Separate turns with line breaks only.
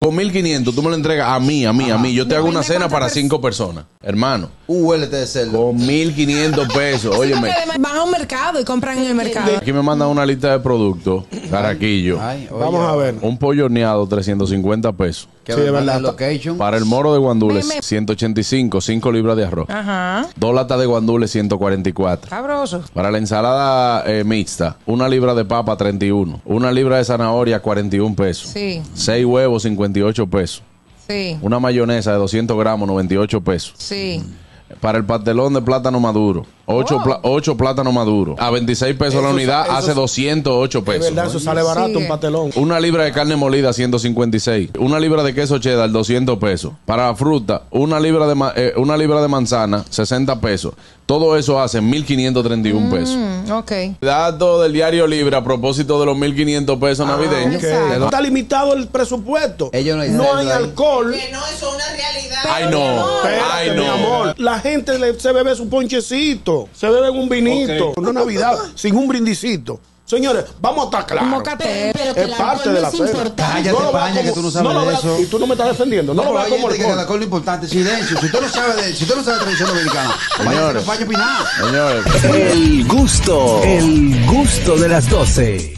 Por 1500 tú me lo entregas a mí, a mí, a mí. Yo te
No,
hago una
dime
cena
cuántas
para
pers-
cinco personas, hermano.
Un huelete de cerdo.
Con 1500 pesos, óyeme.
Van a un mercado y compran en el mercado.
Aquí me mandan una lista de productos, caraquillo.
Ay, oye,
Vamos a ver.
Un pollo horneado, 350 pesos.
Que
Sí,
me
es
mandan
verdad.
location.
Para el moro de guandules,
Me- me-
185, 5 libras de arroz.
Ajá.
Dos latas de guandules, 144.
Sabroso.
Para la ensalada eh, mixta, una libra de papa, 31. Una libra de zanahoria, 41 pesos.
Sí,
Seis huevos, 58 pesos.
sí,
Una mayonesa de 200 gramos, 98 pesos.
sí.
Para el pastelón de plátano maduro, 8,
Oh.
plátanos maduros. A 26 pesos la
Eso-
unidad,
eso-
hace 208
Es
pesos.
verdad, eso sale barato,
Sigue.
un patelón.
Una libra de carne molida, 156. Una libra de queso cheddar, 200 pesos. Para la fruta, una libra de, ma- eh, una libra de manzana, 60 pesos. Todo eso hace 1.531 pesos.
Mm, ok.
Dato del diario Libre a propósito de los 1.500 pesos navideños.
Ah, Ok. Está limitado el presupuesto.
Ellos no ¿eh? hay
no
cerdo
hay
ahí.
alcohol.
Que no, eso es una realidad.
Ay, no.
Espérate,
Ay,
mi
no.
amor. La gente le- se bebe su ponchecito, se bebe un vinito. Una Navidad sin un brindicito. Señores, vamos a estar
Un
claros.
mocate.
Pero que
Es
el
parte
alcohol
de
no
la
es
cena.
importante.
Cállate,
lo veas
paña, que tú no sabes
lo
de
veas-
eso.
Y tú no me estás defendiendo. No lo
Pero
veas
hay
como
gente que el
alcohol.
alcohol es importante, silencio. Si usted no sabe de, si usted no sabe de tradición dominicana, vaya a
Señores.
España a opinar.
Señores.
El gusto, el gusto de las 12.